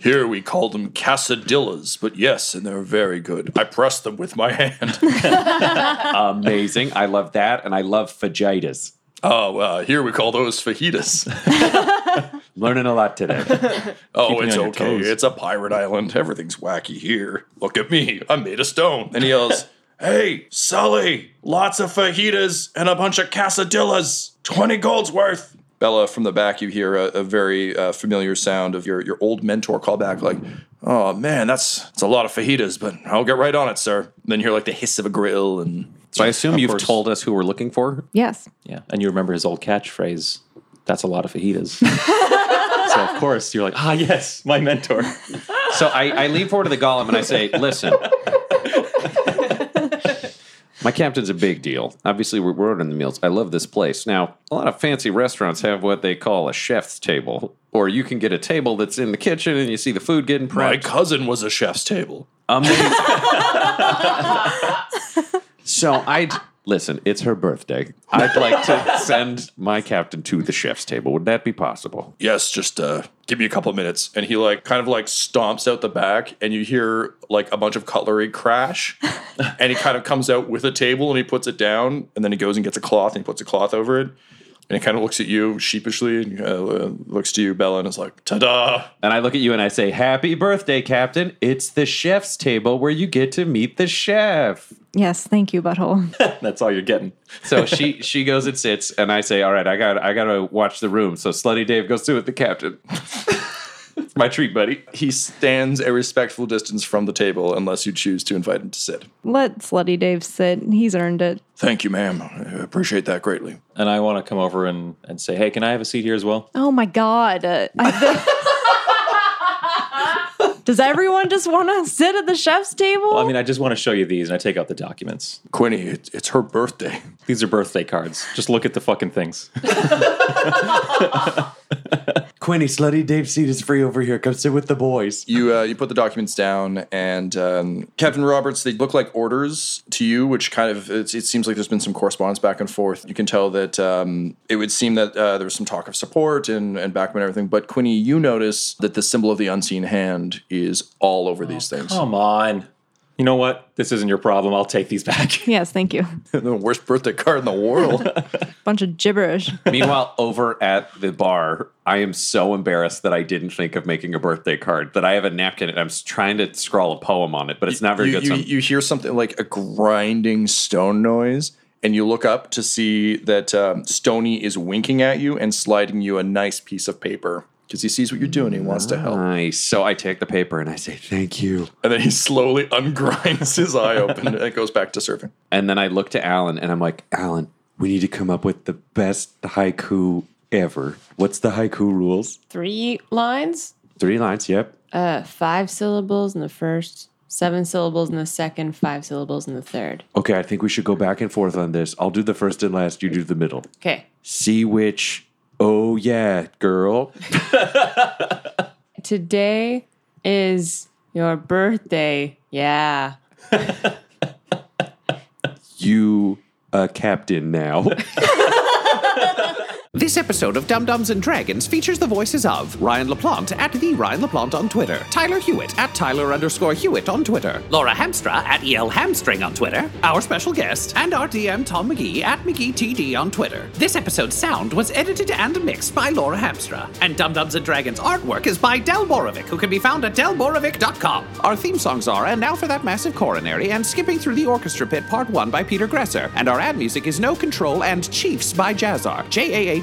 D: Here we call them casadillas, but yes, and they're very good. I press them with my hand.
G: Amazing. I love that. And I love fajitas.
D: Oh, uh, here we call those fajitas.
G: Learning a lot today.
D: Oh,
G: Keeping
D: it's
G: on your
D: okay.
G: toes.
D: It's a pirate island. Everything's wacky here. Look at me. I'm made of stone. And he yells, Hey, Sully, lots of fajitas and a bunch of casadillas. 20 gold's worth. Bella, from the back, you hear a, a very uh, familiar sound of your, your old mentor call back, like, Oh man, that's it's a lot of fajitas, but I'll get right on it, sir. And then you hear like the hiss of a grill and
G: So I assume you've told us who we're looking for.
J: Yes.
F: Yeah, and you remember his old catchphrase, "That's a lot of fajitas." so of course you're like, ah, yes, my mentor.
G: So I, I lean forward to the golem and I say, listen, my captain's a big deal. Obviously, we're, we're ordering the meals. I love this place. Now, a lot of fancy restaurants have what they call a chef's table, or you can get a table that's in the kitchen and you see the food getting prepped.
D: My cousin was a chef's table.
G: Amazing. so I'd listen. It's her birthday. I'd like to send my captain to the chef's table. Would that be possible?
D: yes, just uh, give me a couple minutes. And he like kind of like stomps out the back, and you hear like a bunch of cutlery crash. and he kind of comes out with a table and he puts it down, and then he goes and gets a cloth and he puts a cloth over it. And he kind of looks at you sheepishly and uh, looks to you, Bella, and is like, ta da.
G: And I look at you and I say, "Happy birthday, Captain! It's the chef's table where you get to meet the chef."
J: Yes, thank you, butthole.
G: That's all you're getting. So she she goes and sits, and I say, "All right, I got I gotta watch the room." So Slutty Dave goes to with the captain. It's my treat, buddy.
D: He stands a respectful distance from the table unless you choose to invite him to sit.
J: Let Slutty Dave sit. He's earned it.
D: Thank you, ma'am. I appreciate that greatly.
F: And I want to come over and, and say, hey, can I have a seat here as well?
J: Oh my God. Uh, I- Does everyone just want to sit at the chef's table?
F: Well, I mean, I just want to show you these, and I take out the documents.
D: Quinny, it's, it's her birthday.
F: These are birthday cards. Just look at the fucking things.
K: Quinny, slutty Dave's seat is free over here. Come sit with the boys.
D: You uh, you put the documents down, and um, Captain Roberts. They look like orders to you, which kind of it's, it seems like there's been some correspondence back and forth. You can tell that um, it would seem that uh, there was some talk of support and and backup and everything. But Quinny, you notice that the symbol of the unseen hand is all over these things.
F: Come on. You know what? This isn't your problem. I'll take these back.
J: yes, thank you.
D: the worst birthday card in the world.
J: Bunch of gibberish.
G: Meanwhile, over at the bar, I am so embarrassed that I didn't think of making a birthday card that I have a napkin and I'm s- trying to scrawl a poem on it, but it's not very
D: you,
G: good.
D: you-
G: so I'm-
D: you hear something like a grinding stone noise, and you look up to see that um, Stony is winking at you and sliding you a nice piece of paper because he sees what you're doing. and He wants to help.
G: Nice. So I take the paper and I say thank you,
D: And then he slowly ungrinds his eye open and goes back to surfing.
G: and then I look to Alan and I'm like,
K: Alan, we need to come up with the best haiku ever. What's the haiku rules?
E: Three lines,
K: Three lines, yep.
E: uh, five syllables in the first, seven syllables in the second, five syllables in the third.
K: Okay, I think we should go back and forth on this. I'll do the first and last, you do the middle.
E: Okay.
K: See which. Oh, yeah, girl.
E: Today is your birthday. Yeah.
K: You
D: uh,
K: a captain now.
C: This episode of Dum Dums and Dragons features the voices of Ryan LaPlante at the Ryan LaPlante on Twitter, Tyler Hewitt at Tyler underscore Hewitt on Twitter, Laura Hamstra at EL Hamstring on Twitter, our special guest, and our DM Tom McGee at McGeeTD on Twitter. This episode's sound was edited and mixed by Laura Hamstra, and Dum Dums and Dragons artwork is by Del Borovic, who can be found at delborovic.com. Our theme songs are And Now for That Massive Coronary and Skipping Through the Orchestra Pit Part 1 by Peter Gresser, and our ad music is No Control and Chiefs by Jazzar, J A H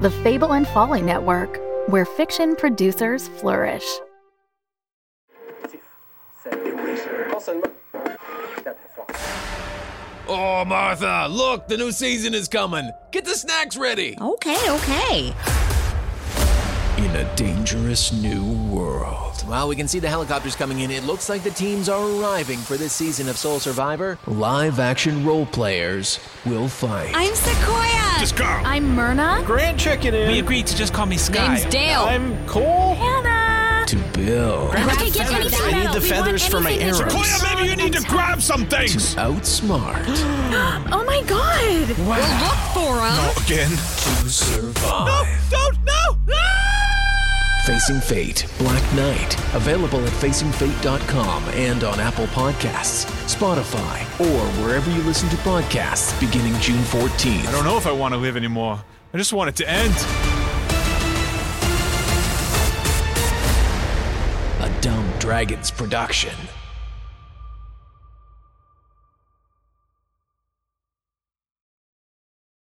A: The Fable and Folly Network, where fiction producers flourish.
O: Oh, Martha, look, the new season is coming. Get the snacks ready.
J: Okay, okay.
O: In a dangerous new world.
A: Well, we can see the helicopters coming in. It looks like the teams are arriving for this season of Soul Survivor.
O: Live action role players will fight.
J: I'm Sequoia.
A: Just Carl.
P: I'm Myrna.
A: Grand Chicken in.
B: We agreed to just call me Sky.
J: Name's Dale.
B: I'm Cole.
J: Hannah.
O: To build.
B: Grab
J: Grab the
B: the
J: feathers.
B: feathers. I need the
J: We want
B: feathers for my
J: anything that's
B: arrows.
J: Sequoia,
Q: maybe you need to grab some things.
O: To outsmart.
J: oh my god. We'll look for him.
O: Again. To survive.
J: Don't no.
O: Facing Fate, Black Knight. Available at facingfate.com and on Apple Podcasts, Spotify, or wherever you listen to podcasts beginning June 14th.
B: I don't know if I want to live anymore. I just want it to end.
O: A Dumb Dragons production.